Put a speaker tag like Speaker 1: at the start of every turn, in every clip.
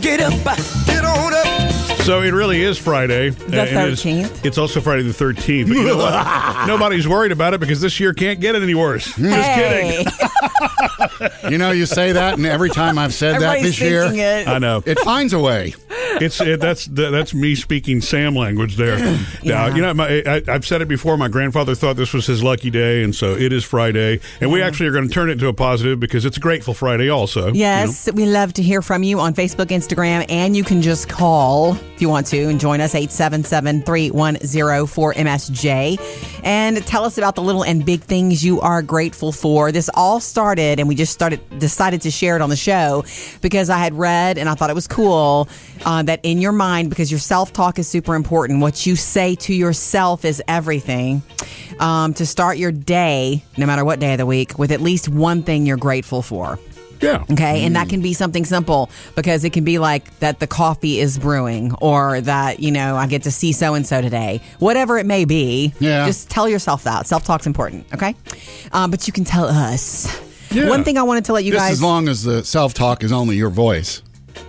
Speaker 1: Get up, get on up.
Speaker 2: So it really is Friday.
Speaker 3: The
Speaker 2: and it is-
Speaker 3: 13th.
Speaker 2: It's, also Friday the 13th. But you know what? Nobody's worried about it because this year can't get any worse. Just kidding.
Speaker 3: Hey.
Speaker 4: You know, you say that, and every time I've said that
Speaker 3: Everybody's
Speaker 4: this year,
Speaker 3: thinking it.
Speaker 2: I know.
Speaker 4: it finds a way.
Speaker 2: It's it, that's the, that's me speaking Sam language there. Now,
Speaker 3: Yeah.
Speaker 2: you know, my, I, I've said it before. My grandfather thought this was his lucky day, and so it is Friday. And we actually are going to turn it into a positive because it's a grateful Friday, also.
Speaker 3: Yes, we love to hear from you on Facebook, Instagram, and you can just call if you want to and join us 877-310-4MSJ and tell us about the little and big things you are grateful for. This all started and we just started decided to share it on the show because I had read and I thought it was cool uh, that in your mind because your self-talk is super important. What you say to yourself is everything. Um, to start your day, no matter what day of the week, with at least one thing you're grateful for.
Speaker 2: Yeah.
Speaker 3: Okay. And that
Speaker 4: Mm.
Speaker 3: can be something simple because it can be like that the coffee is brewing or that, you know, I get to see so and so today. Whatever it may be.
Speaker 4: Yeah.
Speaker 3: Just tell yourself that. Self talk's important. Okay. Um, but you can tell us.
Speaker 2: Yeah.
Speaker 3: One thing I wanted to let you
Speaker 4: Just
Speaker 3: guys.
Speaker 4: as long as the self talk is only your voice.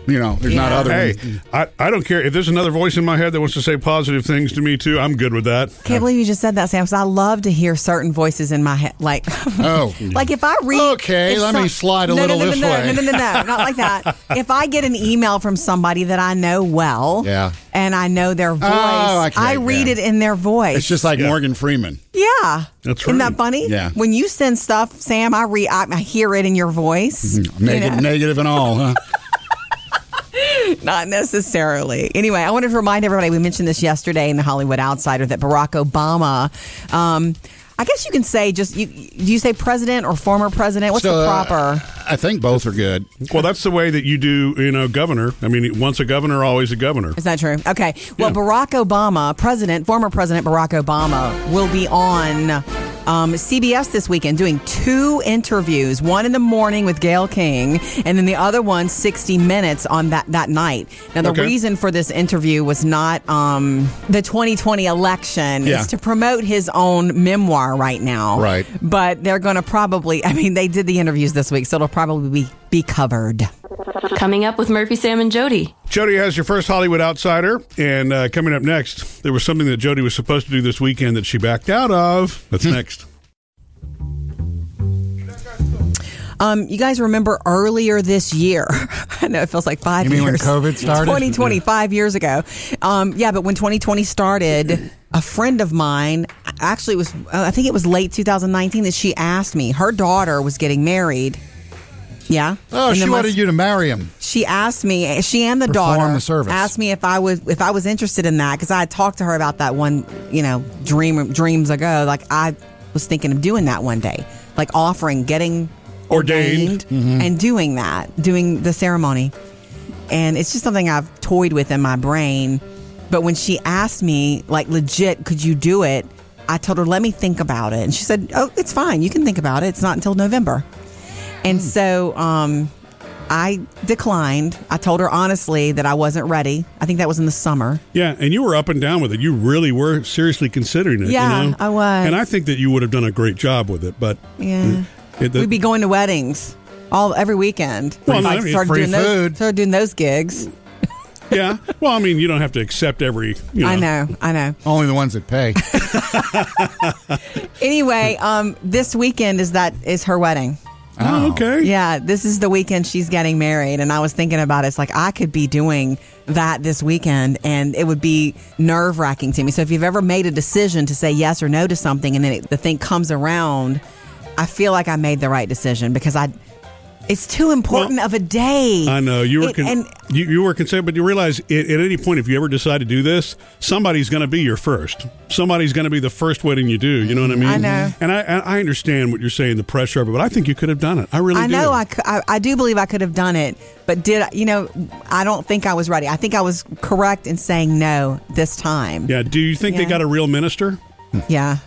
Speaker 4: You know, there's not
Speaker 3: Yeah.
Speaker 4: other.
Speaker 2: Hey, I, I don't care if there's another voice in my head that wants to say positive things to me too. I'm good with that.
Speaker 3: can't believe you just said that, Sam. 'cause I love to hear certain voices in my head. Like,
Speaker 4: Oh.
Speaker 3: like if I read.
Speaker 4: Okay,
Speaker 3: if
Speaker 4: let me slide a
Speaker 3: no,
Speaker 4: little
Speaker 3: no, no,
Speaker 4: this
Speaker 3: no, no,
Speaker 4: way.
Speaker 3: No, no, no, no, not like that. If I get an email from somebody that I know well,
Speaker 4: Yeah.
Speaker 3: and I know their voice,
Speaker 4: okay,
Speaker 3: I read
Speaker 4: yeah.
Speaker 3: it in their voice.
Speaker 4: It's just like
Speaker 2: Yeah.
Speaker 4: Morgan Freeman.
Speaker 3: Yeah,
Speaker 2: That's
Speaker 3: Isn't
Speaker 2: right.
Speaker 3: that funny?
Speaker 4: Yeah.
Speaker 3: When you send stuff, Sam, I re I, I hear it in your voice.
Speaker 4: Negative, negative and all, huh?
Speaker 3: Not necessarily. Anyway, I wanted to remind everybody we mentioned this yesterday in the Hollywood Outsider that Barack Obama. Um, I guess you can say just you. Do you say president or former president? What's
Speaker 4: So,
Speaker 3: the
Speaker 4: uh,
Speaker 3: proper?
Speaker 4: I think both are good.
Speaker 2: Well, that's the way that you do, you know, governor. I mean, once a governor, always a governor.
Speaker 3: Is that true? Okay. Well,
Speaker 2: Yeah.
Speaker 3: Barack Obama, President, former President Barack Obama, will be on um, CBS this weekend doing two interviews one in the morning with Gail King, and then the other one 60 Minutes on that, that night. Now, the
Speaker 2: Okay.
Speaker 3: reason for this interview was not um, the 2020 election,
Speaker 4: Yeah.
Speaker 3: it's to promote his own memoir right now.
Speaker 4: Right.
Speaker 3: But they're going to probably, I mean, they did the interviews this week, so it'll probably be, be covered.
Speaker 5: Coming up with Murphy, Sam, and Jody.
Speaker 2: Jody has your first Hollywood outsider, and uh, coming up next, there was something that Jody was supposed to do this weekend that she backed out of. That's next.
Speaker 3: Um, you guys remember earlier this year? I know it feels like five
Speaker 4: You mean when
Speaker 3: years.
Speaker 4: COVID started?
Speaker 3: 2020, five years ago. Um, yeah, but when 2020 started, a friend of mine actually it was, uh, I think it was late 2019 that she asked me. Her daughter was getting married. Yeah.
Speaker 4: Oh,
Speaker 3: And
Speaker 4: she
Speaker 3: then my-
Speaker 4: wanted you to marry him.
Speaker 3: she asked me she and the
Speaker 4: Perform
Speaker 3: daughter
Speaker 4: the service.
Speaker 3: asked me if I was if I was interested in that because I had talked to her about that one you know dream dreams ago like I was thinking of doing that one day like offering getting
Speaker 2: Ordained.
Speaker 4: Mm-hmm.
Speaker 3: and doing that doing the ceremony and it's just something I've toyed with in my brain but when she asked me like legit could you do it I told her let me think about it and she said oh it's fine you can think about it it's not until November and
Speaker 4: Hmm.
Speaker 3: so um, I declined. I told her honestly that I wasn't ready. I think that was in the summer.
Speaker 2: Yeah, and you were up and down with it. You really were seriously considering it.
Speaker 3: Yeah,
Speaker 2: you know?
Speaker 3: I was.
Speaker 2: And I think that you would have done a great job with it, but Mm.
Speaker 3: Yeah.
Speaker 2: it,
Speaker 3: We'd be going to weddings all every weekend.
Speaker 2: Well,
Speaker 3: Like,
Speaker 2: I mean,
Speaker 3: started
Speaker 4: free
Speaker 3: doing
Speaker 4: food.
Speaker 3: Those, started doing those gigs.
Speaker 2: yeah. Well, I mean, you don't have to accept every. You know,
Speaker 3: I know. I know.
Speaker 4: Only the ones that pay.
Speaker 3: Anyway, um, this weekend is that is her wedding.
Speaker 2: Oh, okay.
Speaker 3: Yeah, this is the weekend she's getting married, and I was thinking about it. It's like I could be doing that this weekend, and it would be nerve wracking to me. So if you've ever made a decision to say yes or no to something, and then it, the thing comes around, I feel like I made the right decision because I. It's too important
Speaker 2: Well,
Speaker 3: of a day.
Speaker 2: I know you were
Speaker 3: It-
Speaker 2: con-
Speaker 3: and
Speaker 2: you, you were concerned, but you realize it, at any point if you ever decide to do this, somebody's going to be your first. Somebody's going to be the first wedding you do. You know what I mean?
Speaker 3: I know.
Speaker 2: And I, and I understand what you're saying, the pressure of it, but I think you could have done it. I really
Speaker 3: I
Speaker 2: do.
Speaker 3: know I, cou- I, I do believe I could have done it, but did I- you know? I don't think I was ready. I think I was correct in saying no this time.
Speaker 2: yeah. Do you think they
Speaker 3: Yeah.
Speaker 2: got a real minister?
Speaker 3: Yeah.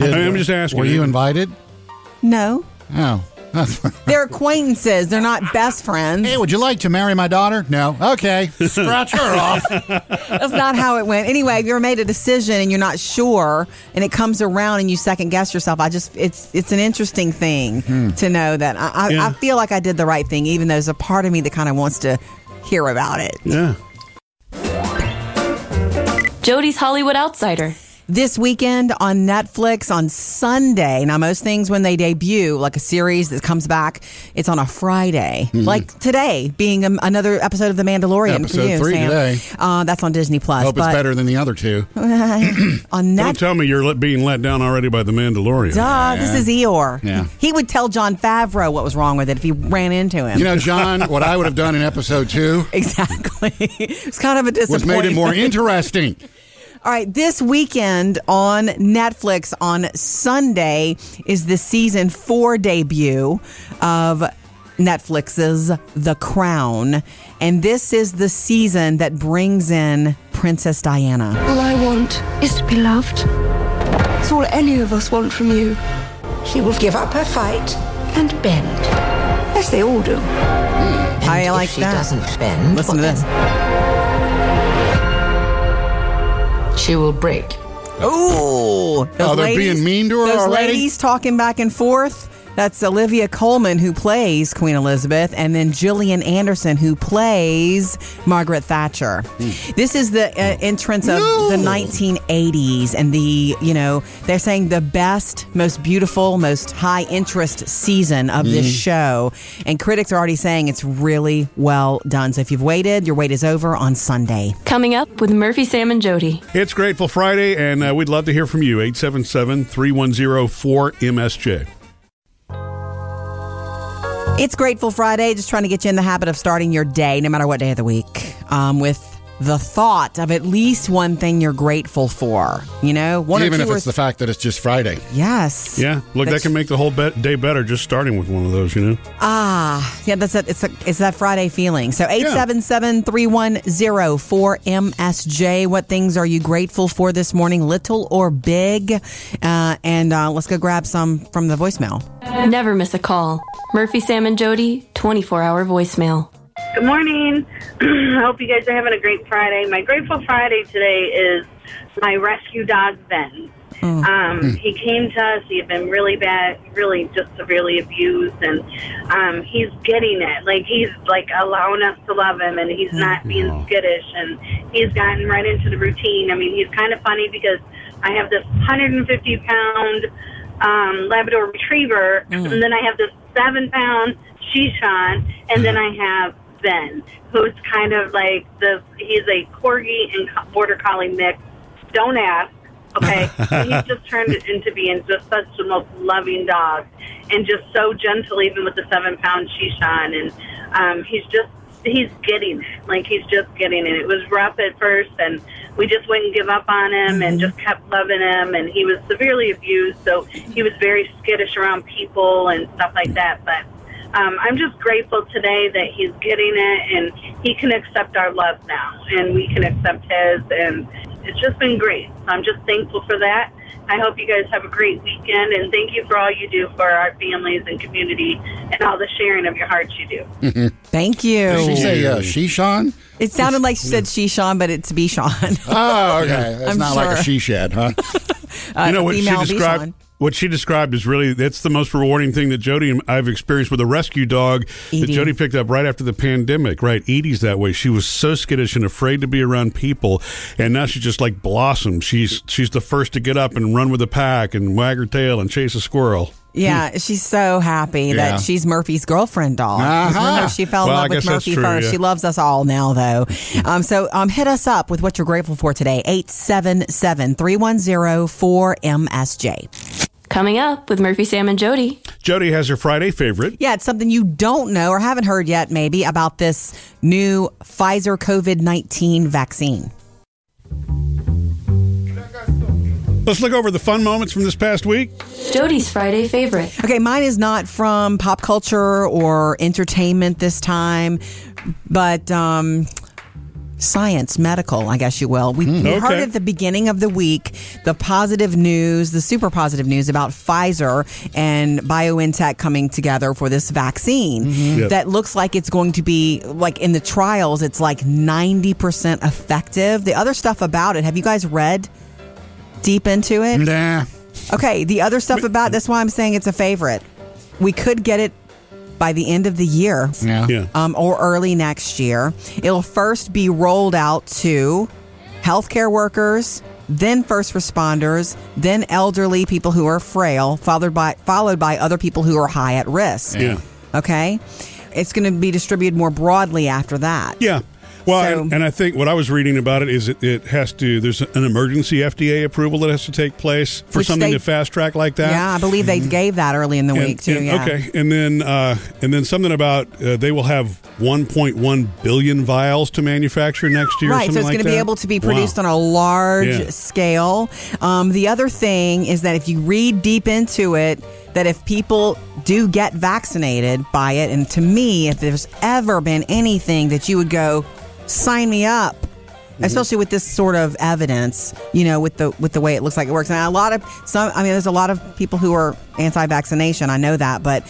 Speaker 2: I mean, I'm just asking.
Speaker 4: Were you invited?
Speaker 3: No,
Speaker 4: Oh.
Speaker 3: they're acquaintances. They're not best friends.
Speaker 4: hey, would you like to marry my daughter? No. Okay. Scratch her off.
Speaker 3: That's not how it went. Anyway, if you ever made a decision and you're not sure, and it comes around and you second guess yourself, I just it's it's an interesting
Speaker 4: Hmm.
Speaker 3: thing to know that I, I,
Speaker 2: Yeah.
Speaker 3: I feel like I did the right thing, even though there's a part of me that kind of wants to hear about it.
Speaker 2: Yeah.
Speaker 5: Jody's Hollywood Outsider.
Speaker 3: this weekend on Netflix on Sunday. Now, most things when they debut, like a series that comes back, it's on a Friday,
Speaker 4: Hmm.
Speaker 3: like today, being um, another episode of The Mandalorian for
Speaker 4: Episode
Speaker 3: you,
Speaker 4: three
Speaker 3: Sam.
Speaker 4: today.
Speaker 3: Uh, that's on Disney Plus.
Speaker 4: I hope it's
Speaker 3: but
Speaker 4: better than the other two.
Speaker 3: on
Speaker 2: Don't
Speaker 3: Netflix.
Speaker 2: tell me you're let- being let down already by the Mandalorian.
Speaker 3: Duh, this is Eeyore.
Speaker 4: Yeah.
Speaker 3: He would tell John Favreau what was wrong with it if he ran into him.
Speaker 4: You know, John, what I would have done in episode two
Speaker 3: exactly. it's kind of a
Speaker 4: was
Speaker 3: disappointment.
Speaker 4: made it more interesting.
Speaker 3: All right, this weekend on Netflix on Sunday is the season four debut of Netflix's The Crown. And this is the season that brings in Princess Diana.
Speaker 6: All I want is to be loved. It's all any of us want from you.
Speaker 7: She will give up her fight and bend.
Speaker 6: As they all do.
Speaker 3: I
Speaker 7: And
Speaker 3: like
Speaker 7: if she
Speaker 3: that.
Speaker 7: doesn't bend,
Speaker 3: Listen to
Speaker 7: well,
Speaker 3: this.
Speaker 7: then She will break.
Speaker 3: Ooh. Those
Speaker 4: Oh, they're being mean to her
Speaker 3: Those
Speaker 4: already?
Speaker 3: ladies talking back and forth. That's Olivia Coleman who plays Queen Elizabeth, and then Gillian Anderson who plays Margaret Thatcher.
Speaker 4: Hmm.
Speaker 3: This is the uh, entrance of the 1980s, and the you know they're saying the best, most beautiful, most high interest season of this
Speaker 4: Mm-hmm.
Speaker 3: show, and critics are already saying it's really well done. So if you've waited, your wait is over on Sunday.
Speaker 5: Coming up with Murphy, Sam, and Jody.
Speaker 2: It's Grateful Friday, and uh, we'd love to hear from you. 877 310 4MSJ.
Speaker 3: It's Grateful Friday, just trying to get you in the habit of starting your day, no matter what day of the week, um, with the thought of at least one thing you're grateful for. You know, one
Speaker 4: Even
Speaker 3: or
Speaker 4: if
Speaker 3: two.
Speaker 4: it's the
Speaker 3: or
Speaker 4: fact that it's just Friday.
Speaker 3: yes.
Speaker 2: Yeah. Look, that
Speaker 3: That's-
Speaker 2: can make the whole be- day better just starting with one of those, you know?
Speaker 3: Ah, yeah. That's it. It's a, it's that Friday feeling. So eight seven seven three one zero four MSJ. What things are you grateful for this morning, little or big? Uh, and uh, let's go grab some from the voicemail.
Speaker 5: Never miss a call. Murphy, Sam, and Jody, 24 hour voicemail.
Speaker 8: Good morning. I hope you guys are having a great Friday. My grateful Friday today is my rescue dog Ben. Um, he came to us. He had been really bad, really just severely abused, and um, he's getting it. Like he's like allowing us to love him, and he's not being skittish, and he's gotten right into the routine. I mean, he's kind of funny because I have this 150 pound um, Labrador Retriever, and then I have this seven pound Shishan, and then I have Ben, who's kind of like the he's a corgi and co- border collie mix. Don't ask. Okay, And he's just turned it into being just such the most loving dog, and just so gentle, even with the seven pound Shishan, and um, he's just he's getting it. Like he's just getting it. It was rough at first, and we just wouldn't give up on him, and just kept loving him. And he was severely abused, so he was very skittish around people and stuff like that. But um, I'm just grateful today that he's getting it, and he can accept our love now, and we can accept his. And it's just been great. So I'm just thankful for that. I hope you guys have a great weekend, and thank you for all you do for our families and community, and all the sharing of your hearts you do.
Speaker 3: Thank you.
Speaker 4: Did she say uh, she, Sean?
Speaker 3: It sounded like she said she Sean, but it's be Sean.
Speaker 4: Oh, okay. It's
Speaker 3: I'm
Speaker 4: not like a
Speaker 3: sure.
Speaker 4: she shed, huh?
Speaker 2: you know what she
Speaker 3: female
Speaker 2: described
Speaker 3: Bichon.
Speaker 2: what she described is really that's the most rewarding thing that Jody and I've experienced with a rescue dog that
Speaker 3: Edie.
Speaker 2: Jody picked up right after the pandemic right Edie's that way she was so skittish and afraid to be around people and now she's just like blossom she's she's the first to get up and run with the pack and wag her tail and chase a squirrel
Speaker 3: Yeah, she's so happy
Speaker 4: Yeah.
Speaker 3: that she's Murphy's girlfriend doll. Remember, she fell in
Speaker 2: Uh-huh. Well, I
Speaker 3: love with
Speaker 2: guess that's
Speaker 3: Murphy
Speaker 2: true,
Speaker 3: first.
Speaker 2: yeah.
Speaker 3: She loves us all now, though. Um, so um, hit us up with what you're grateful for today 877 310 4MSJ.
Speaker 5: Coming up with Murphy, Sam, and Jody.
Speaker 2: Jody has her Friday favorite
Speaker 3: Yeah, it's something you don't know or haven't heard yet, maybe, about this new Pfizer COVID 19 vaccine.
Speaker 2: let's look over the fun moments from this past week
Speaker 5: Jody's Friday favorite.
Speaker 3: Okay, mine is not from pop culture or entertainment this time, but um, science, medical, I guess you will. We we heard
Speaker 2: Hmm, Okay.
Speaker 3: at the beginning of the week the positive news, the super positive news about Pfizer and BioNTech coming together for this vaccine
Speaker 2: Mm-hmm. Yep.
Speaker 3: that looks like it's going to be like in the trials, it's like 90% effective. The other stuff about it, have you guys read deep into it?
Speaker 4: nah.
Speaker 3: Okay, the other stuff about that's why I'm saying it's a favorite. We could get it by the end of the year
Speaker 4: Yeah.
Speaker 2: Yeah.
Speaker 3: um, or early next year. It'll first be rolled out to healthcare workers, then first responders, then elderly people who are frail, followed by followed by other people who are high at risk.
Speaker 2: Yeah.
Speaker 3: Okay. It's going to be distributed more broadly after that.
Speaker 2: Yeah. Well,
Speaker 3: So-
Speaker 2: and, and I think what I was reading about it is it, it has to, there's an emergency FDA approval that has to take place for
Speaker 3: Which
Speaker 2: something
Speaker 3: they-
Speaker 2: to fast track like that.
Speaker 3: Yeah, I believe they gave that early in the week too. yeah.
Speaker 2: Okay, Mm-hmm. and then uh, and then something about uh, they will have 1.1 billion vials to manufacture next year. or
Speaker 3: Right, so
Speaker 2: something
Speaker 3: it's
Speaker 2: like
Speaker 3: going to be
Speaker 2: that?
Speaker 3: able to be produced
Speaker 2: Wow.
Speaker 3: on a large
Speaker 2: Yeah.
Speaker 3: scale. Um, the other thing is that if you read deep into it, that if people do get vaccinated by it, and to me, if there's ever been anything that you would go, sign me up. Especially with this sort of evidence, you know, with the with the way it looks like it works, and a lot of some. I mean, there's a lot of people who are anti-vaccination. I know that, but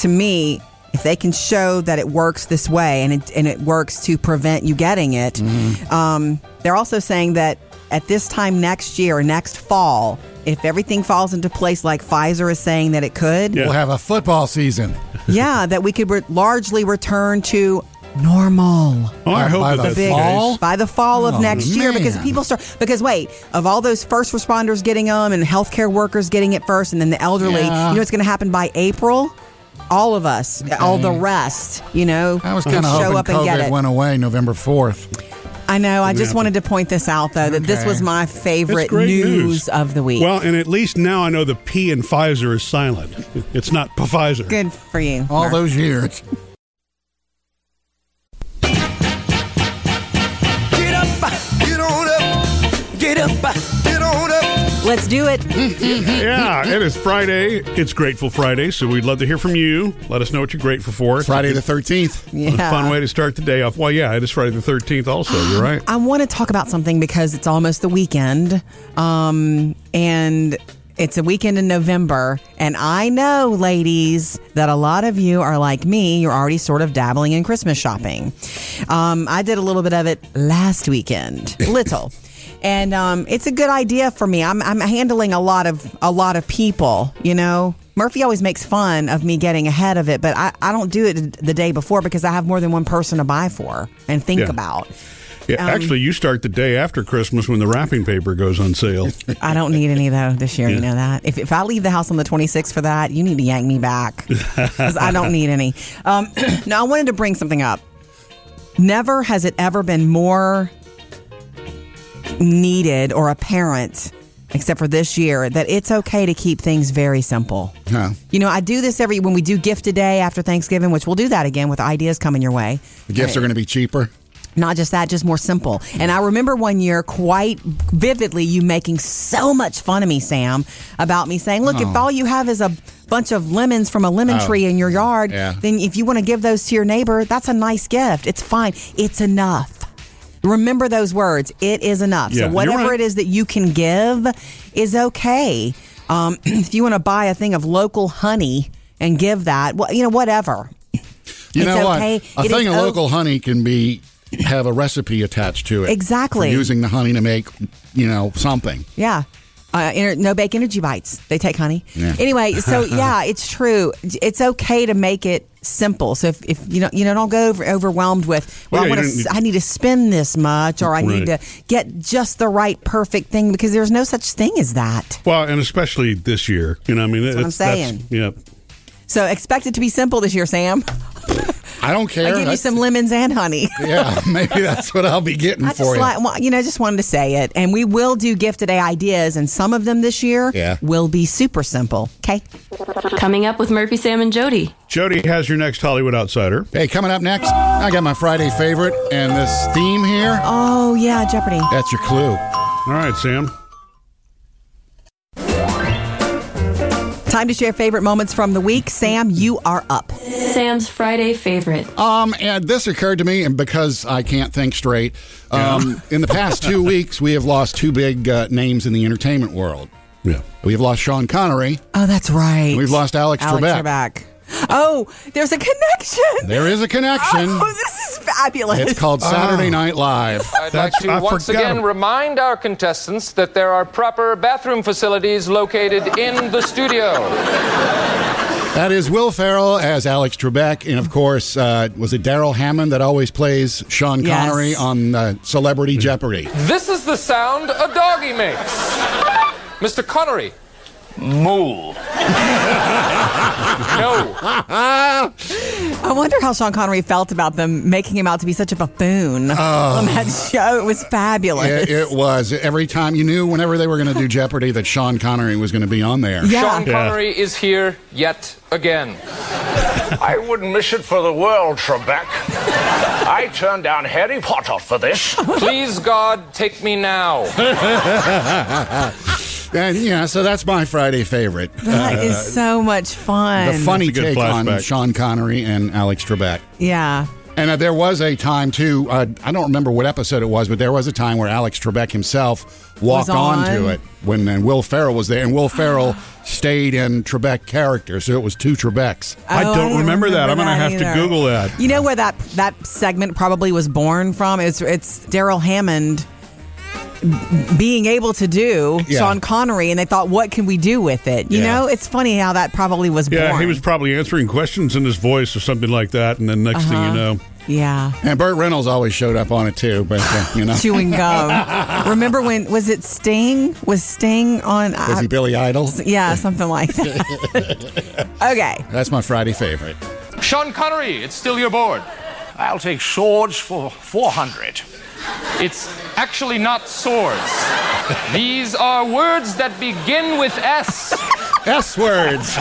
Speaker 3: to me, if they can show that it works this way and it, and it works to prevent you getting it, um, they're also saying that at this time next year, next fall, if everything falls into place like Pfizer is saying that it could,
Speaker 2: Yeah.
Speaker 3: yeah,
Speaker 4: We'll have a football season.
Speaker 3: that we could re- largely return to normal.
Speaker 2: Oh, I
Speaker 4: By-
Speaker 2: hope
Speaker 4: by
Speaker 2: that
Speaker 4: the
Speaker 2: that's
Speaker 3: Big-
Speaker 4: fall?
Speaker 2: case.
Speaker 3: by the fall of
Speaker 4: Oh,
Speaker 3: next year because
Speaker 4: man.
Speaker 3: people start because wait of all those first responders getting them and healthcare workers getting it first and then the elderly
Speaker 4: Yeah.
Speaker 3: you know what's going to happen by april all of us all the rest you know
Speaker 4: Mm. I was
Speaker 3: can
Speaker 4: kind of
Speaker 3: show
Speaker 4: hoping
Speaker 3: up and get
Speaker 4: COVID
Speaker 3: it
Speaker 4: went away November 4th.
Speaker 3: I know. I
Speaker 2: Didn't
Speaker 3: just
Speaker 2: happen.
Speaker 3: wanted to point this out, though, that this
Speaker 4: Okay.
Speaker 3: was my
Speaker 2: It's
Speaker 3: favorite
Speaker 2: great
Speaker 3: news, of the week.
Speaker 2: Well, and at least now I know the P in Pfizer is silent. It's not Pfizer.
Speaker 3: good for you.
Speaker 4: All
Speaker 3: Mark.
Speaker 4: those years.
Speaker 1: Get up, get on up, get up, get on up.
Speaker 3: Let's do it.
Speaker 2: Yeah, it is Friday. It's Grateful Friday, so we'd love to hear from you. Let us know what you're grateful for.
Speaker 4: Friday the 13th.
Speaker 2: A
Speaker 3: Yeah.
Speaker 2: fun way to start the day off. Well, yeah, it is Friday the 13th also. You're right.
Speaker 3: I want to talk about something because it's almost the weekend. Um, and it's a weekend in November. And I know, ladies, that a lot of you are like me. You're already sort of dabbling in Christmas shopping. Um, I did a little bit of it last weekend, little. And um, it's a good idea for me. I'm, I'm handling a lot of a lot of people, you know. Murphy always makes fun of me getting ahead of it, but I, I don't do it the day before because I have more than one person to buy for and think
Speaker 2: Yeah.
Speaker 3: about.
Speaker 2: Yeah,
Speaker 3: Um,
Speaker 2: actually, you start the day after Christmas when the wrapping paper goes on sale.
Speaker 3: I don't need any though this year. You know that. If, if I leave the house on the 26th for that, you need to yank me back 'Cause I don't need any. Um, now I wanted to bring something up. Never has it ever been more needed or apparent, except for this year, that it's okay to keep things very simple.
Speaker 4: Huh.
Speaker 3: You know, I do this every when we do gift a day after Thanksgiving, which we'll do that again with ideas coming your way
Speaker 4: The gifts are going to be cheaper.
Speaker 3: not just that, just more simple. And I remember one year quite vividly you making so much fun of me, Sam, about me saying, "Look, if all you have is a bunch of lemons from a lemon
Speaker 4: Oh.
Speaker 3: tree in your yard,
Speaker 4: Yeah.
Speaker 3: then if you want to give those to your neighbor, that's a nice gift. It's fine. It's enough." Remember those words. It is enough.
Speaker 2: Yeah,
Speaker 3: so
Speaker 2: you're
Speaker 3: whatever
Speaker 2: right.
Speaker 3: it is that you can give is okay. Um, if you want to buy a thing of local honey and give that, well, you know, whatever.
Speaker 4: You
Speaker 3: It's
Speaker 4: know
Speaker 3: okay.
Speaker 4: what? A
Speaker 3: It is
Speaker 4: thing of
Speaker 3: o-
Speaker 4: local honey can be have a recipe attached to it.
Speaker 3: Exactly.
Speaker 4: For using the honey to make, you know, something.
Speaker 3: Yeah. Uh, ener- no bake energy bites. They take honey.
Speaker 4: Yeah.
Speaker 3: Anyway, so yeah, it's true. It's okay to make it simple. So if, if you know you know don't go over, overwhelmed with well
Speaker 2: Well,
Speaker 3: I
Speaker 2: yeah,
Speaker 3: want
Speaker 2: you don't
Speaker 3: to
Speaker 2: need-
Speaker 3: I need to spend this much or I need to
Speaker 2: Right.
Speaker 3: get just the right perfect thing because there's no such thing as that.
Speaker 2: Well, and especially this year. You know, I mean,
Speaker 3: what I'm
Speaker 2: it's- that's-
Speaker 3: saying.
Speaker 2: Yeah.
Speaker 3: So expect it to be simple this year, Sam.
Speaker 4: I don't care.
Speaker 3: I give you
Speaker 4: That's-
Speaker 3: some lemons and honey.
Speaker 4: yeah, maybe that's what I'll be getting
Speaker 3: I
Speaker 4: for
Speaker 3: just
Speaker 4: you.
Speaker 3: like, well, you know, I just wanted to say it. And we will do gift today ideas, and some of them this year
Speaker 4: Yeah.
Speaker 3: will be super simple. Okay.
Speaker 5: Coming up with Murphy, Sam, and Jody.
Speaker 2: Jody has your next Hollywood Outsider.
Speaker 4: hey, coming up next, I got my Friday favorite and this theme here.
Speaker 3: Oh, yeah, Jeopardy.
Speaker 4: That's your clue.
Speaker 2: All right, Sam.
Speaker 3: Time to share favorite moments from the week. Sam, you are up.
Speaker 5: Sam's Friday favorite.
Speaker 4: Um, and this occurred to me, and because I can't think straight, um, in the past two weeks, we have lost two big uh, names in the entertainment world.
Speaker 2: Yeah.
Speaker 4: We have lost Sean Connery.
Speaker 3: Oh, that's right.
Speaker 4: We've lost Alex Trebek.
Speaker 3: Oh, there's a connection.
Speaker 4: There is a connection.
Speaker 3: Oh, this is fabulous.
Speaker 4: It's called Saturday Night Live.
Speaker 9: I'd like
Speaker 2: That's-
Speaker 9: to
Speaker 2: I
Speaker 9: once
Speaker 2: forgot
Speaker 9: again
Speaker 2: ab-
Speaker 9: remind our contestants that there are proper bathroom facilities located in the studio.
Speaker 4: That is Will Farrell as Alex Trebek, and of course, uh, was it Daryl Hammond that always plays Sean
Speaker 3: Yes.
Speaker 4: Connery on uh, Celebrity
Speaker 2: Mm.
Speaker 4: Jeopardy?
Speaker 9: This is the sound a doggy makes. Mr. Connery. Moo. no.
Speaker 3: I wonder how Sean Connery felt about them making him out to be such a buffoon on that show. It was fabulous.
Speaker 4: Oh. It, it was every time you knew whenever they were going to do Jeopardy that Sean Connery was going to be on there.
Speaker 3: yeah.
Speaker 9: Sean Connery is here yet again.
Speaker 10: I wouldn't miss it for the world, Trebek. I turned down Harry Potter for this.
Speaker 9: Please, God, take me now.
Speaker 4: And yeah, so that's my Friday favorite.
Speaker 3: That is so much fun.
Speaker 4: uh, the funny
Speaker 2: That's a good
Speaker 4: take on
Speaker 2: flashback.
Speaker 4: Sean Connery and Alex Trebek.
Speaker 3: Yeah.
Speaker 4: And uh, there was a time too. Uh, I don't remember what episode it was, but there was a time where Alex Trebek himself walked
Speaker 3: Was on.
Speaker 4: onto it when and Will Ferrell was there, and Will Ferrell stayed in Trebek character, so it was two Trebeks.
Speaker 2: I
Speaker 3: Oh,
Speaker 2: don't
Speaker 3: didn't
Speaker 2: remember that. I'm gonna have to
Speaker 3: either.
Speaker 2: Google that.
Speaker 3: You know where that that segment probably was born from? It's it's Daryl Hammond being able to do
Speaker 4: Yeah.
Speaker 3: Sean Connery, and they thought, what can we do with it? You
Speaker 4: Yeah.
Speaker 3: know, it's funny how that probably was born.
Speaker 2: Yeah, he was probably answering questions in his voice or something like that, and then next thing you
Speaker 3: Uh-huh.
Speaker 2: know,
Speaker 3: Yeah.
Speaker 4: And Burt Reynolds always showed up on it too, but uh, you know,
Speaker 3: Chewing gum. Remember when was it Sting? Was Sting on?
Speaker 4: was
Speaker 3: I-
Speaker 4: he Billy Idol?
Speaker 3: yeah, something like that. okay.
Speaker 4: That's my Friday favorite.
Speaker 9: Sean Connery, it's still your board.
Speaker 10: I'll take swords for 400.
Speaker 9: It's actually not swords. These are words that begin with S.
Speaker 4: S words.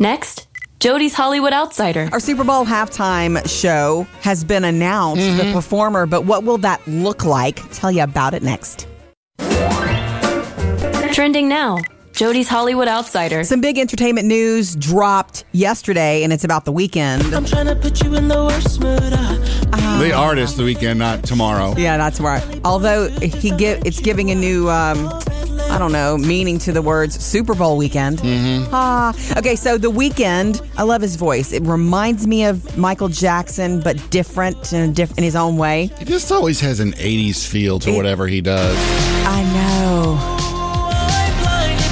Speaker 5: Next, Jody's Hollywood Outsider.
Speaker 3: Our Super Bowl halftime show has been announced,
Speaker 2: Mm-hmm.
Speaker 3: the performer, but what will that look like? Tell you about it next.
Speaker 5: Trending now, Jody's Hollywood Outsider.
Speaker 3: Some big entertainment news dropped yesterday, and it's about the weekend.
Speaker 4: the artist the weekend, not tomorrow.
Speaker 3: Yeah, that's right. Although he give, it's giving a new, um, I don't know, meaning to the words Super Bowl weekend. Mm-hmm. Ah, okay. So the weekend, I love his voice. It reminds me of Michael Jackson, but different in, a diff- in his own way.
Speaker 4: He just always has an '80s feel to whatever he does.
Speaker 3: I know.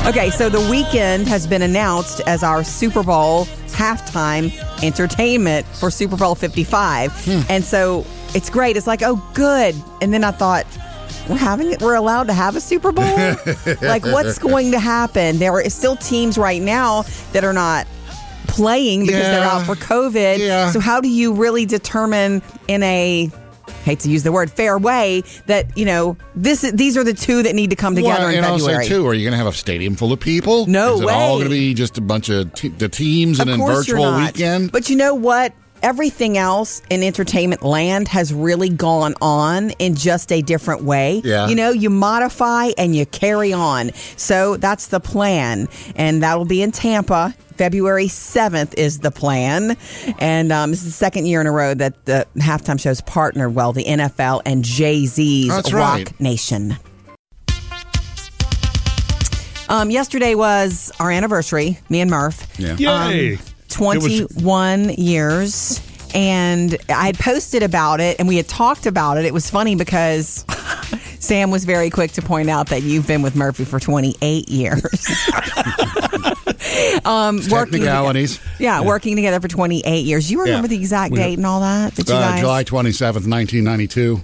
Speaker 3: Okay, so the weekend has been announced as our Super Bowl halftime entertainment for Super Bowl 55.
Speaker 4: Hmm.
Speaker 3: And so it's great. It's like, oh, good. And then I thought, we're having it. We're allowed to have a Super Bowl. like, what's going to happen? There are still teams right now that are not playing because they're
Speaker 4: Yeah.
Speaker 3: out for COVID.
Speaker 4: Yeah.
Speaker 3: So how do you really determine in a hate to use the word fair way that you know this these are the two that need to come together
Speaker 4: Well,
Speaker 3: in
Speaker 4: and
Speaker 3: February?
Speaker 4: also too, are you going to have a stadium full of people?
Speaker 3: No
Speaker 4: Is it all
Speaker 3: way.
Speaker 4: going to be just a bunch of te- the teams
Speaker 3: of
Speaker 4: and then
Speaker 3: course, you're
Speaker 4: virtual
Speaker 3: not.
Speaker 4: weekend?
Speaker 3: But you know what? Everything else in entertainment land has really gone on in just a different way.
Speaker 4: Yeah.
Speaker 3: You know, you modify and you carry on. So that's the plan. And that will be in Tampa. February 7th is the plan. And um, this is the second year in a row that the halftime show's partnered well, the NFL and Jay Z's
Speaker 4: That's
Speaker 3: Rock
Speaker 4: right.
Speaker 3: Nation. Um, yesterday was our anniversary, me and Murph.
Speaker 4: Yeah.
Speaker 2: yay! It was-
Speaker 3: 21 years. And I had posted about it and we had talked about it. It was funny because Sam was very quick to point out that you've been with Murphy for 28 years. um, working, yeah,
Speaker 4: Technicalities.
Speaker 3: working together for 28 years. You remember the exact date and all that? that you
Speaker 4: Uh,
Speaker 3: guys,
Speaker 4: July 27th, 1992.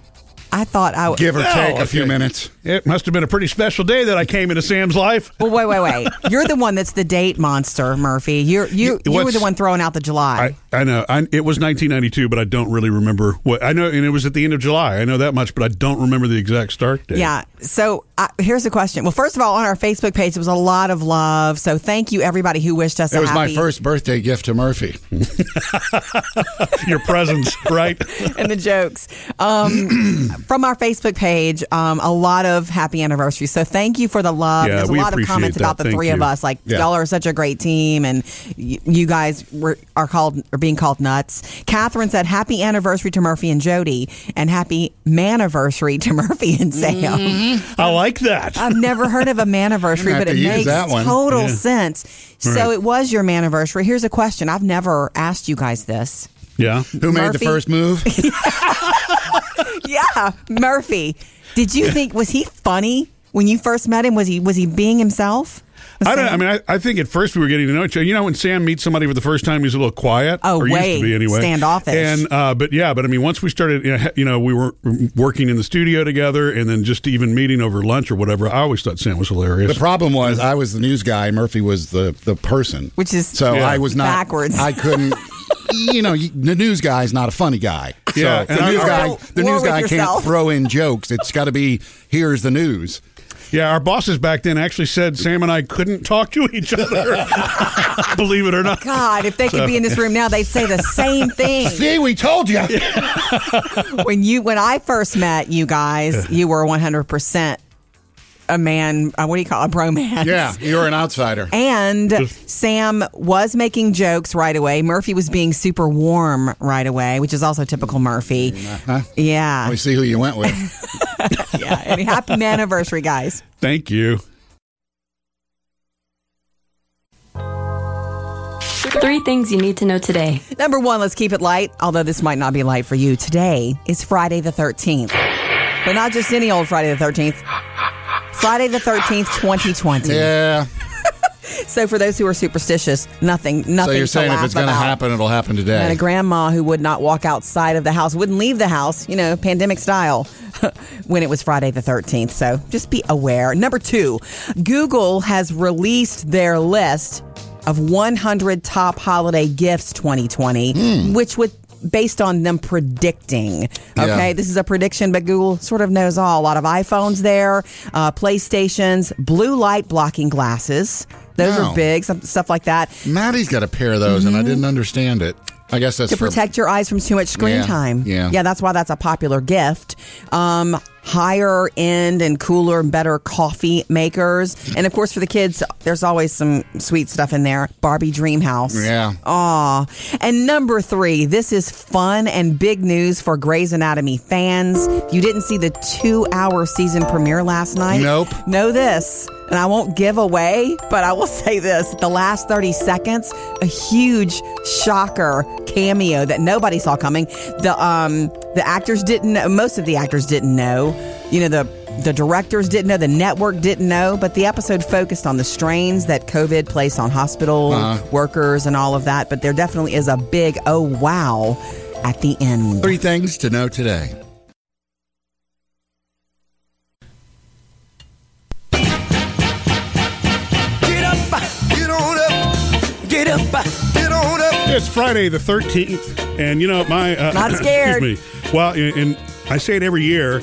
Speaker 3: I thought I
Speaker 4: Give or
Speaker 2: Oh,
Speaker 4: take a few
Speaker 2: okay.
Speaker 4: minutes.
Speaker 2: It must have been a pretty special day that I came into Sam's life.
Speaker 3: Well, wait, wait, wait. You're the one that's the date monster, Murphy. You're, you, you were
Speaker 2: what's-
Speaker 3: the one throwing out the July.
Speaker 2: I, I know I, it was 1992, but I don't really remember what I know. And it was at the end of July. I know that much, but I don't remember the exact start date.
Speaker 3: Yeah. So uh, here's the question. Well, first of all, on our Facebook page, it was a lot of love. So thank you, everybody who wished us
Speaker 4: It
Speaker 3: a
Speaker 4: was
Speaker 3: happy
Speaker 4: my first birthday gift to Murphy.
Speaker 2: your presence, right?
Speaker 3: and the jokes um, from our Facebook page. Um, a lot of happy anniversaries. So thank you for the love.
Speaker 2: Yeah,
Speaker 3: There's a
Speaker 2: we
Speaker 3: lot of
Speaker 2: appreciate
Speaker 3: comments
Speaker 2: that.
Speaker 3: about the
Speaker 2: Thank
Speaker 3: three of
Speaker 2: you.
Speaker 3: us. Like
Speaker 4: Yeah.
Speaker 3: y'all are such a great team, and y- you guys were, are called are being called nuts. Catherine said, "Happy anniversary to Murphy and Jody, and happy maniversary to Murphy and Sam."
Speaker 2: I like that.
Speaker 3: I've never heard of a maniversary,
Speaker 4: You're gonna
Speaker 3: but
Speaker 4: have
Speaker 3: it
Speaker 4: to use
Speaker 3: makes
Speaker 4: that one.
Speaker 3: total sense. So
Speaker 2: Right.
Speaker 3: it was your maniversary. Here's a question. I've never asked you guys this.
Speaker 2: yeah.
Speaker 4: Who made the
Speaker 3: Murphy?
Speaker 4: first move?
Speaker 3: Yeah, Murphy. Did you think was he funny when you first met him? Was he was he being himself?
Speaker 2: I don't. I mean, I, I think at first we were getting to know each other. You know, when Sam meets somebody for the first time, he's a little quiet.
Speaker 3: Oh,
Speaker 2: or used
Speaker 3: way
Speaker 2: to be anyway,
Speaker 3: standoffish.
Speaker 2: And uh, but yeah, but I mean, once we started, you know, he- you know, we were working in the studio together, and then just even meeting over lunch or whatever. I always thought Sam was hilarious.
Speaker 4: The problem was I was the news guy. Murphy was the the person,
Speaker 3: Which is
Speaker 4: so I was not
Speaker 3: backwards.
Speaker 4: I couldn't. You know, you, the news guy is not a funny guy.
Speaker 2: Yeah,
Speaker 4: so
Speaker 2: and
Speaker 4: the
Speaker 2: I-
Speaker 4: news
Speaker 2: Or-
Speaker 4: guy, the
Speaker 3: or
Speaker 4: news
Speaker 3: with
Speaker 4: guy can't
Speaker 3: yourself.
Speaker 4: throw in jokes. It's got to be here's the news.
Speaker 2: Yeah, our bosses back then actually said Sam and I couldn't talk to each other. Believe it or not.
Speaker 3: God, if they could be in this room now, they'd say the same thing.
Speaker 4: See, we told you.
Speaker 3: when you when I first met you guys, you were 100 percent a man. Uh, what do you call it? a bromance?
Speaker 4: Yeah, you're an outsider.
Speaker 3: And Sam was making jokes right away. Murphy was being super warm right away, which is also typical Murphy. Yeah.
Speaker 4: We see who you went with.
Speaker 3: yeah. And happy man anniversary, guys.
Speaker 2: Thank you.
Speaker 5: Three things you need to know today.
Speaker 3: Number one, let's keep it light, although this might not be light for you. Today is Friday the 13th, but not just any old Friday the 13th. Friday the 13th, 2020.
Speaker 4: Yeah.
Speaker 3: So for those who are superstitious, nothing, nothing
Speaker 4: So you're saying
Speaker 3: to laugh
Speaker 4: if it's going to
Speaker 3: about.
Speaker 4: happen, it'll happen
Speaker 3: And a
Speaker 4: today.
Speaker 3: grandma who would not walk outside of the house, wouldn't leave the house, you know, pandemic style, when it was Friday the 13th. So just be aware. Number two, Google has released their list of 100 top holiday gifts 2020, which would based on them predicting okay
Speaker 4: Hmm. Yeah.
Speaker 3: this is a prediction but google sort of knows all a lot of iphones there uh, playstations blue light blocking glasses those
Speaker 4: Wow.
Speaker 3: are big some, stuff like that
Speaker 4: Maddie's got a pair of those, and I didn't understand it. I guess that's
Speaker 3: Mm-hmm. to
Speaker 4: for
Speaker 3: protect your eyes from too much screen
Speaker 4: Yeah,
Speaker 3: time.
Speaker 4: yeah.
Speaker 3: yeah, that's why that's a popular gift. Um, higher end and cooler and better coffee makers, and of course for the kids, there's always some sweet stuff in there. Barbie Dream House.
Speaker 4: Yeah.
Speaker 3: Aw. And number three, this is fun and big news for Grey's Anatomy fans. If you didn't see the two-hour season premiere last night,
Speaker 4: Nope.
Speaker 3: Know this, and I won't give away, but I will say this: the last thirty seconds, a huge shocker cameo that nobody saw coming. The um the actors didn't know. Most of the actors didn't know. You know the. The directors didn't know, the network didn't know, but the episode focused on the strains that COVID placed on hospital
Speaker 1: Uh-huh.
Speaker 3: workers and all of that. But there definitely is a big oh wow at the end.
Speaker 4: three things to know today.
Speaker 1: Get up, get on up, get up, get on up.
Speaker 2: It's Friday the 13th, and you know, my. Uh,
Speaker 3: Not scared.
Speaker 2: excuse me. Well, and, and I say it every year,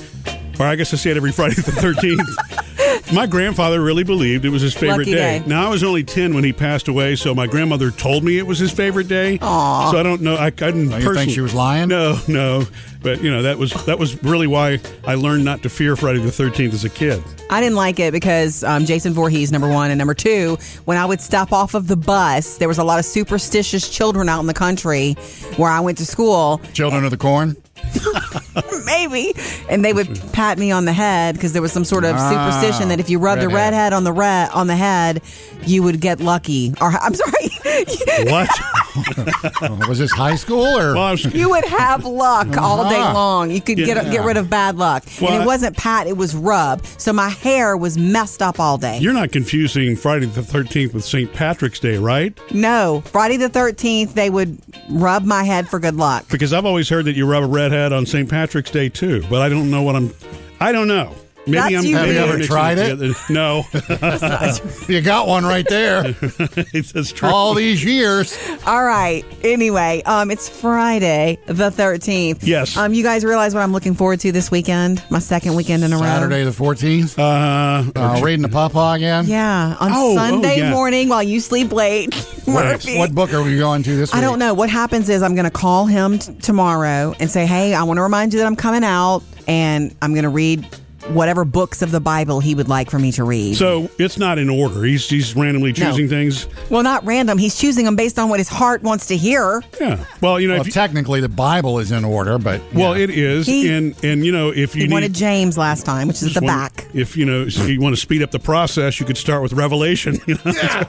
Speaker 2: or I guess I say it every Friday the 13th. my grandfather really believed it was his favorite
Speaker 3: Lucky day.
Speaker 2: Now, I was only 10 when he passed away, so my grandmother told me it was his favorite day. Aww. So I don't know. I, I didn't
Speaker 4: Oh, you think
Speaker 2: personally-
Speaker 4: she was lying?
Speaker 2: No, no. But, you know, that was that was really why I learned not to fear Friday the 13th as a kid.
Speaker 3: I didn't like it because um, Jason Voorhees, number one, and number two, when I would stop off of the bus, there was a lot of superstitious children out in the country where I went to school,
Speaker 4: Children of the Corn.
Speaker 3: maybe, and they would pat me on the head because there was some sort of
Speaker 4: Hmm. Ah,
Speaker 3: superstition that if you rubbed a
Speaker 4: redhead.
Speaker 3: redhead on the red on the head, you would get lucky. Or I'm sorry,
Speaker 2: What?
Speaker 4: Was this high school or?
Speaker 2: Well, I was-
Speaker 3: you would have luck all day
Speaker 4: Uh-huh.
Speaker 3: long. You could get
Speaker 2: Yeah.
Speaker 3: get rid of bad luck,
Speaker 2: Well,
Speaker 3: and
Speaker 2: I-
Speaker 3: it wasn't pat; it was rub. So my hair was messed up all day.
Speaker 2: You're not confusing Friday the 13th with St. Patrick's Day, right?
Speaker 3: No, Friday the 13th, they would rub my head for good luck.
Speaker 2: Because I've always heard that you rub a redhead on St. Patrick's Day too, but I don't know what I'm. I don't know. Maybe
Speaker 3: That's
Speaker 2: I'm.
Speaker 3: you,
Speaker 2: maybe
Speaker 3: Have you
Speaker 2: I'm
Speaker 3: ever
Speaker 2: mixing
Speaker 4: tried it?
Speaker 2: together. No,
Speaker 4: you got one right there.
Speaker 2: it's that's true.
Speaker 4: All these years.
Speaker 3: All right. Anyway, um, it's Friday the 13th.
Speaker 2: Yes.
Speaker 3: Um, you guys realize what I'm looking forward to this weekend? My second weekend in a row.
Speaker 4: Saturday the 14th.
Speaker 2: uh,
Speaker 4: Uh, reading the Papa again.
Speaker 3: Yeah. On
Speaker 2: Oh, oh,
Speaker 3: Sunday
Speaker 2: yeah.
Speaker 3: morning while you sleep late. Murphy.
Speaker 4: What book are we going to this week?
Speaker 3: I don't know. What happens is I'm going to call him t- tomorrow and say, hey, I want to remind you that I'm coming out and I'm going to read whatever books of the Bible he would like for me to read.
Speaker 2: so it's not in order. He's he's randomly choosing things.
Speaker 3: well, not random. He's choosing them based on what his heart wants to hear.
Speaker 2: Yeah. Well, you know.
Speaker 4: Well,
Speaker 2: if you,
Speaker 4: technically, the Bible is in order, but
Speaker 2: well,
Speaker 4: yeah.
Speaker 2: it is,
Speaker 3: He-
Speaker 2: and and you know if you
Speaker 3: He
Speaker 2: need.
Speaker 3: wanted James last time, which is the
Speaker 2: just one-
Speaker 3: back.
Speaker 2: If you know so you want to speed up the process, you could start with Revelation. You know?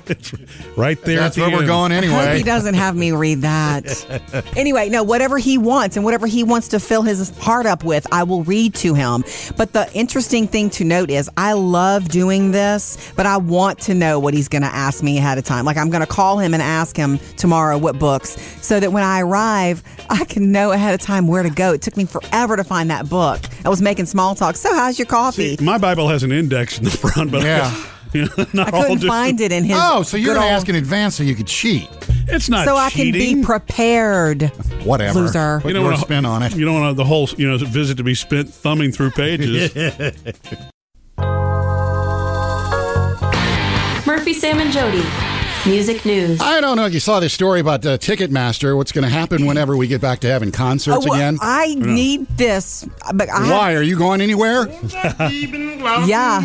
Speaker 2: It's right there.
Speaker 4: that's
Speaker 2: at the
Speaker 4: where we're
Speaker 2: end.
Speaker 4: going
Speaker 3: I hope
Speaker 4: anyway.
Speaker 3: he doesn't have me read that. anyway, no, whatever he wants and whatever he wants to fill his heart up with, I will read to him. But the interesting thing to note is I love doing this, but I want to know what he's going to ask me ahead of time. Like I'm going to call him and ask him tomorrow what books so that when I arrive, I can know ahead of time where to go. It took me forever to find that book. I was making small talk. So, how's your coffee?
Speaker 2: My Bible has an index in the front, but
Speaker 4: Yeah.
Speaker 2: I, not
Speaker 3: I
Speaker 2: all
Speaker 3: couldn't
Speaker 2: do.
Speaker 3: find it in his.
Speaker 4: oh, so you're
Speaker 3: good
Speaker 4: gonna
Speaker 3: old-
Speaker 4: ask in advance so you could cheat.
Speaker 2: It's not
Speaker 3: so I can
Speaker 2: cheating.
Speaker 3: be prepared.
Speaker 4: Whatever.
Speaker 3: Loser.
Speaker 4: Put
Speaker 2: You don't
Speaker 4: your
Speaker 2: wanna-
Speaker 4: spin on it.
Speaker 2: You don't want the whole you know visit to be spent thumbing through pages.
Speaker 5: Murphy, Sam, and Jody. Music news.
Speaker 4: I don't know if you saw this story about uh, Ticketmaster. What's going to happen whenever we get back to having concerts
Speaker 3: Oh, well,
Speaker 4: again?
Speaker 3: I need this, but I have
Speaker 4: Why are you going anywhere?
Speaker 3: Yeah.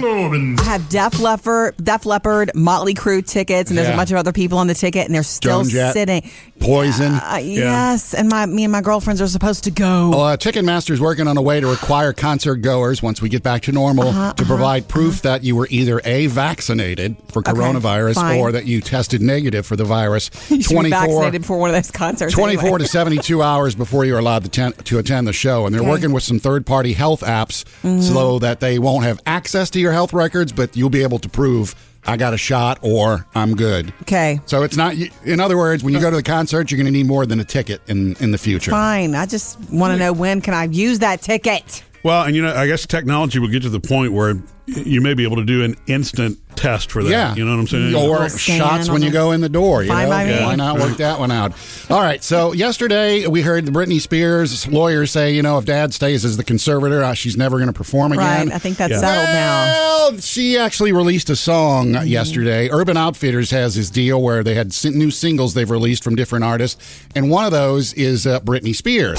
Speaker 3: I have Def Leppard, Def Leppard, Motley Crue tickets, and there's
Speaker 4: Yeah.
Speaker 3: a bunch of other people on the ticket, and they're still
Speaker 4: Joan Jett.
Speaker 3: sitting.
Speaker 4: Poison.
Speaker 3: Uh, Yes, and my me and my girlfriends are supposed to go.
Speaker 4: Well, uh, Ticketmaster's working on a way to require concert goers, once we get back to normal,
Speaker 3: Uh-huh,
Speaker 4: to provide proof that you were either A, vaccinated for coronavirus
Speaker 3: fine.
Speaker 4: or that you tested negative for the virus
Speaker 3: You should be vaccinated for one of those concerts.
Speaker 4: 24
Speaker 3: anyway.
Speaker 4: to 72 hours before you're allowed to, ten- to attend the show. And they're
Speaker 3: Okay. Mm-hmm.
Speaker 4: working with some third party health apps so that they won't have access to your health records, but you'll be able to prove I got a shot or I'm good.
Speaker 3: Okay.
Speaker 4: So it's not, in other words, when you go to the concert, you're going to need more than a ticket in, in the future.
Speaker 3: Fine. I just want to know when can I use that ticket?
Speaker 2: Well, and you know, I guess technology will get to the point where you may be able to do an instant test for that.
Speaker 4: Yeah,
Speaker 2: You know what I'm saying?
Speaker 4: Or
Speaker 3: Little scan
Speaker 4: shots
Speaker 3: on
Speaker 4: when you
Speaker 3: the-
Speaker 4: go in the door. You
Speaker 3: Fine
Speaker 4: know?
Speaker 3: by me.
Speaker 4: Why not work that one out? All right. So yesterday we heard the Britney Spears lawyers say, you know, if Dad stays as the conservator, uh, she's never going to perform again.
Speaker 3: Right. I think that's
Speaker 2: Yeah.
Speaker 3: settled now. Mm-hmm.
Speaker 4: Well, she actually released a song yesterday. Urban Outfitters has this deal where they had sin- new singles they've released from different artists, and one of those is uh, Britney Spears.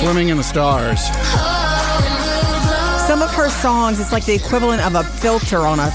Speaker 4: Swimming in the Stars.
Speaker 3: Some of her songs, it's like the equivalent of a filter on a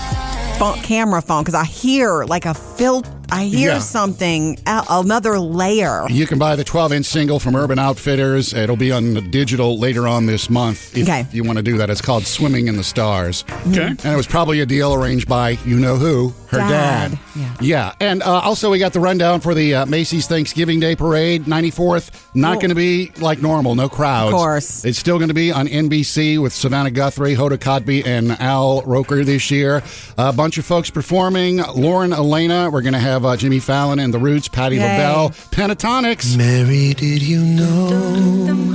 Speaker 3: phone, camera phone because I hear like a fil- I hear
Speaker 4: Yeah.
Speaker 3: something, a- another layer.
Speaker 4: You can buy the 12 inch single from Urban Outfitters. It'll be on the digital later on this month if
Speaker 3: Okay.
Speaker 4: you want to do that. It's called Swimming in the Stars.
Speaker 2: Okay.
Speaker 4: And it was probably a deal arranged by you know who, her dad.
Speaker 3: Dad.
Speaker 4: Yeah. And uh, also, we got the rundown for the uh, Macy's Thanksgiving Day Parade, 94th. Not
Speaker 3: Cool.
Speaker 4: going to be like normal, no crowds.
Speaker 3: Of course.
Speaker 4: Oh, It's still going to be on NBC with Savannah Guthrie, Hoda Kotb, and Al Roker this year. A bunch of folks performing. Lauren Elena. We're going to have uh, Jimmy Fallon and The Roots, Patti
Speaker 3: Yay.
Speaker 4: LaBelle, Pentatonics.
Speaker 1: Mary, did you know?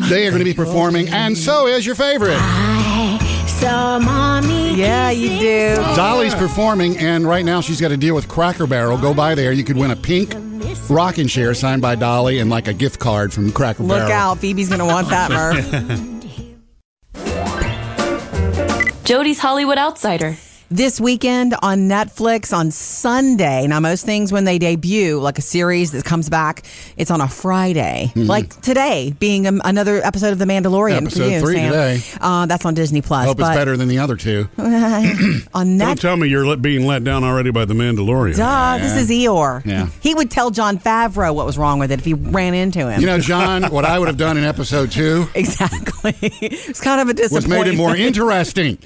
Speaker 4: They are going to be performing, and so is your favorite.
Speaker 3: Yeah, you do.
Speaker 4: Dolly's performing, and right now she's got a deal with Cracker Barrel. Go by there. You could win a pink rocking chair signed by Dolly and like a gift card from Cracker Barrel.
Speaker 3: Look out, Phoebe's gonna want that, Murph.
Speaker 5: Jody's Hollywood Outsider.
Speaker 3: this weekend on Netflix on Sunday. Now, most things when they debut, like a series that comes back, it's on a Friday,
Speaker 4: Mm-hmm.
Speaker 3: like today, being a, another episode of The Mandalorian
Speaker 4: Episode
Speaker 3: for you,
Speaker 4: three
Speaker 3: Sam.
Speaker 4: today.
Speaker 3: Uh, that's on Disney Plus.
Speaker 4: Hope it's
Speaker 3: but
Speaker 4: better than the other two.
Speaker 3: on
Speaker 2: Don't
Speaker 3: Netflix.
Speaker 2: tell me you're let, being let down already by the Mandalorian.
Speaker 3: Duh, Ah, this is Eeyore.
Speaker 4: Yeah.
Speaker 3: He would tell John Favreau what was wrong with it if he ran into him.
Speaker 4: You know, John, what I would have done in episode two
Speaker 3: exactly. it's kind of a
Speaker 4: was
Speaker 3: disappointment.
Speaker 4: made it more interesting.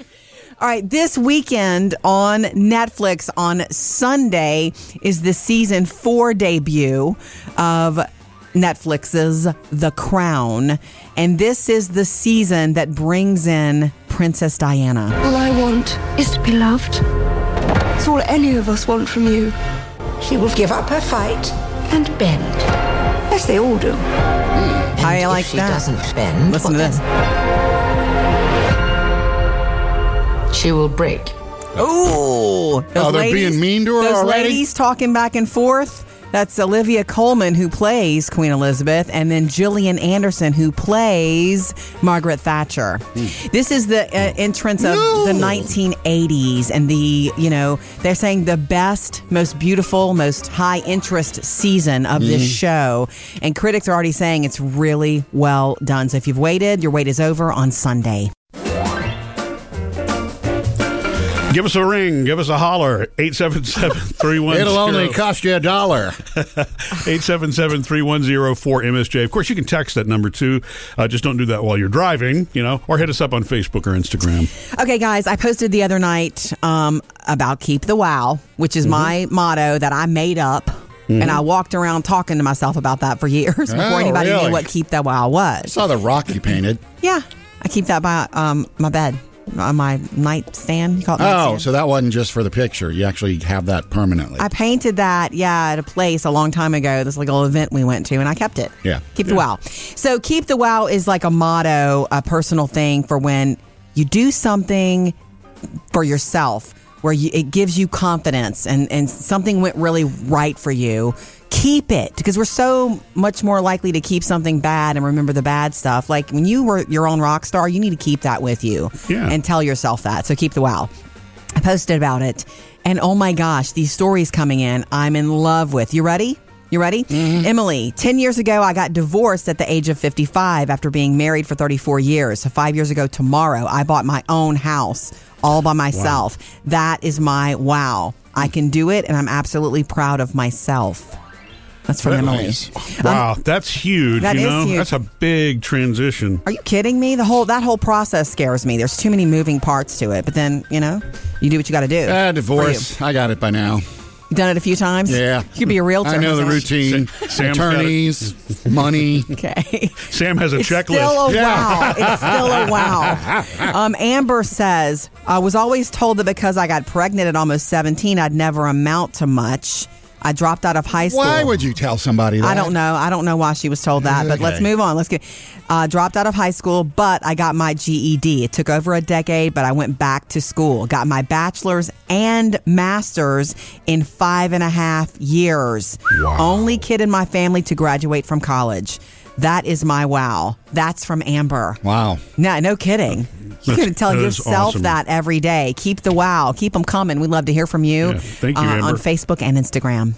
Speaker 3: All right, this weekend on Netflix on Sunday is the season four debut of Netflix's The Crown. And this is the season that brings in Princess Diana.
Speaker 6: All I want is to be loved. It's all any of us want from you.
Speaker 7: She will give up her fight and bend,
Speaker 6: Yes, they all do.
Speaker 3: I like
Speaker 7: she
Speaker 3: that.
Speaker 7: doesn't bend,
Speaker 3: Listen to this.
Speaker 7: she will break.
Speaker 3: Ooh.
Speaker 4: Oh, they're being mean to her
Speaker 3: Those
Speaker 4: already?
Speaker 3: ladies talking back and forth. That's Olivia Coleman, who plays Queen Elizabeth, and then Gillian Anderson, who plays Margaret Thatcher.
Speaker 4: Hmm.
Speaker 3: This is the uh, entrance of the 1980s, and the, you know, they're saying the best, most beautiful, most high interest season of
Speaker 4: Hmm.
Speaker 3: this show. And critics are already saying it's really well done. So if you've waited, your wait is over on Sunday.
Speaker 2: Give us a ring. Give us a holler. 877-310.
Speaker 4: It'll only cost you a dollar.
Speaker 2: 877-310-4MSJ. Of course, you can text that number too. Uh, just don't do that while you're driving, you know, or hit us up on Facebook or Instagram.
Speaker 3: Okay, guys, I posted the
Speaker 4: Mm-hmm.
Speaker 3: other night um, about keep the wow, which is my motto that I made up. And I walked around talking to myself about that for years before
Speaker 4: Oh,
Speaker 3: anybody
Speaker 4: really?
Speaker 3: knew what Keep That Wow
Speaker 4: I
Speaker 3: was.
Speaker 4: saw the rock you painted.
Speaker 3: Yeah, I keep that by um, my bed, on my nightstand. You call it
Speaker 4: Oh,
Speaker 3: nightstand?
Speaker 4: so that wasn't just for the picture. You actually have that permanently.
Speaker 3: I painted that, yeah, at a place a long time ago. This like little event we went to, and I kept it.
Speaker 4: Yeah.
Speaker 3: Keep the wow. So, keep the wow is like a motto, a personal thing for when you do something for yourself where you, it gives you confidence and, and something went really right for you. Keep it because we're so much more likely to keep something bad and remember the bad stuff. Like when you were your own rock star, you need to keep that with you
Speaker 2: Yeah.
Speaker 3: and tell yourself that. So, keep the wow. I posted about it, and oh my gosh, these stories coming in, I'm in love with. You ready? You ready? Emily, 10 years ago, I got divorced at the age of 55 after being married for 34 years. So, five years ago tomorrow, I bought my own house all by myself. That is my wow. I can do it, and I'm absolutely proud of myself. That's from Emily. Um,
Speaker 2: Wow, that's huge.
Speaker 3: that
Speaker 2: you
Speaker 3: is
Speaker 2: know,
Speaker 3: huge.
Speaker 2: that's a big transition.
Speaker 3: Are you kidding me? The whole that whole process scares me. There's too many moving parts to it. But then, you know, you do what you got to do.
Speaker 4: Ah,
Speaker 3: for you.
Speaker 4: divorce. I got it by now.
Speaker 3: You Done it a few times.
Speaker 4: Yeah.
Speaker 3: you could be a realtor.
Speaker 4: I know the
Speaker 3: Jose.
Speaker 4: routine.
Speaker 2: Sam's got it.
Speaker 4: Attorneys, money.
Speaker 3: Okay.
Speaker 2: Sam has a
Speaker 3: It's
Speaker 2: checklist.
Speaker 3: still a
Speaker 4: Yeah.
Speaker 3: wow. It's still a wow. Um, Amber says, I was always told that because I got pregnant at almost 17, I'd never amount to much. I dropped out of high school.
Speaker 4: Why would you tell somebody that?
Speaker 3: I don't know. I don't know why she was told that, but let's
Speaker 4: Okay.
Speaker 3: move on. Let's get uh, dropped out of high school, but I got my GED. It took over a decade, but I went back to school, got my bachelor's and master's in five and a half years. Only kid in my family to graduate from college. That is my wow. That's from Amber.
Speaker 4: Wow.
Speaker 3: No, no kidding. You
Speaker 2: That's-
Speaker 3: could tell
Speaker 2: that is
Speaker 3: yourself
Speaker 2: awesome.
Speaker 3: that every day. Keep the wow. Keep them coming. We'd love to hear from you,
Speaker 2: Yeah. Thank you,
Speaker 3: uh, on
Speaker 2: Amber.
Speaker 3: Facebook and Instagram.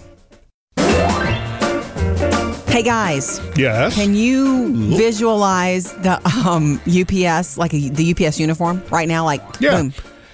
Speaker 3: Hey guys,
Speaker 2: Yes.
Speaker 3: can you visualize the um, UPS like a, the UPS uniform right now? Like
Speaker 2: yeah.
Speaker 3: boom,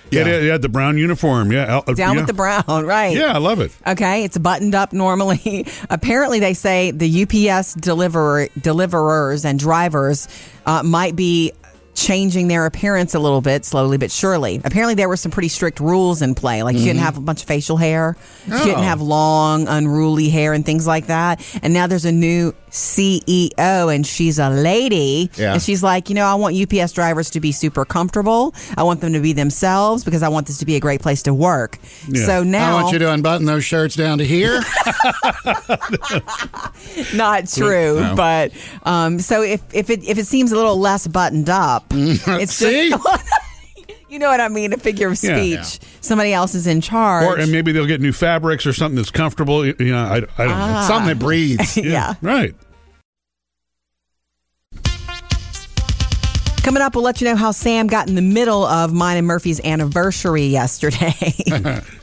Speaker 2: Yeah, yeah, yeah, the brown uniform. Yeah, out-
Speaker 3: down
Speaker 2: yeah.
Speaker 3: with the brown, right?
Speaker 2: Yeah, I love it.
Speaker 3: Okay, it's buttoned up normally. Apparently, they say the UPS deliverer, deliverers and drivers uh, might be changing their appearance a little bit, slowly but surely. Apparently, there were some pretty strict rules in play. Like, you
Speaker 4: Mm-hmm.
Speaker 3: couldn't have a bunch of facial hair, you
Speaker 4: Oh.
Speaker 3: couldn't have long, unruly hair, and things like that. And now there's a new CEO, and she's a lady.
Speaker 4: Yeah.
Speaker 3: And she's like, you know, I want UPS drivers to be super comfortable. I want them to be themselves because I want this to be a great place to work.
Speaker 2: Yeah.
Speaker 3: So now.
Speaker 4: I want you to unbutton those shirts down to here.
Speaker 3: not true,
Speaker 4: No.
Speaker 3: but um, so if if it if it seems a little less buttoned up, it's
Speaker 4: See?
Speaker 3: just you know what I mean, a figure of
Speaker 2: Yeah.
Speaker 3: speech. Somebody else is in charge.
Speaker 2: Or and maybe they'll get new fabrics or something that's comfortable. You know, I, I don't know.
Speaker 4: Something that breathes.
Speaker 3: Ah. yeah.
Speaker 2: Right.
Speaker 3: Coming up, we'll let you know how Sam got in the middle of mine and Murphy's anniversary yesterday.